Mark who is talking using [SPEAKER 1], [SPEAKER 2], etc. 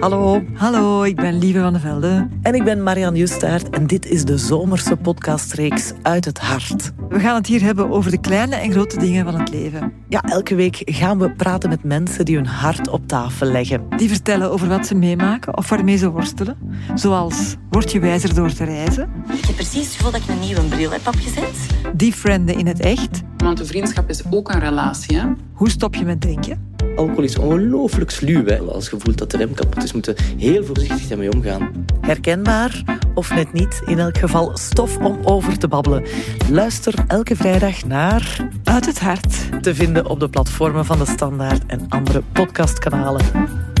[SPEAKER 1] Hallo,
[SPEAKER 2] Hallo, ik ben Lieve van der Velde.
[SPEAKER 1] en ik ben Marianne Justaert en dit is de zomerse podcastreeks Uit het Hart.
[SPEAKER 2] We gaan het hier hebben over de kleine en grote dingen van het leven.
[SPEAKER 1] Ja, elke week gaan we praten met mensen die hun hart op tafel leggen.
[SPEAKER 2] Die vertellen over wat ze meemaken of waarmee ze worstelen. Zoals, word je wijzer door te reizen?
[SPEAKER 3] Ik heb precies het gevoel dat ik een nieuwe bril heb opgezet.
[SPEAKER 2] Die frienden in het echt?
[SPEAKER 4] Want een vriendschap is ook een relatie. Hè?
[SPEAKER 2] Hoe stop je met drinken?
[SPEAKER 5] Alcohol is ongelooflijk sluw. Hè. Als je voelt dat de rem kapot is, moeten heel voorzichtig daarmee omgaan.
[SPEAKER 1] Herkenbaar of net niet, in elk geval stof om over te babbelen. Luister elke vrijdag naar
[SPEAKER 2] Uit het hart.
[SPEAKER 1] te vinden op de platformen van de Standaard en andere podcastkanalen.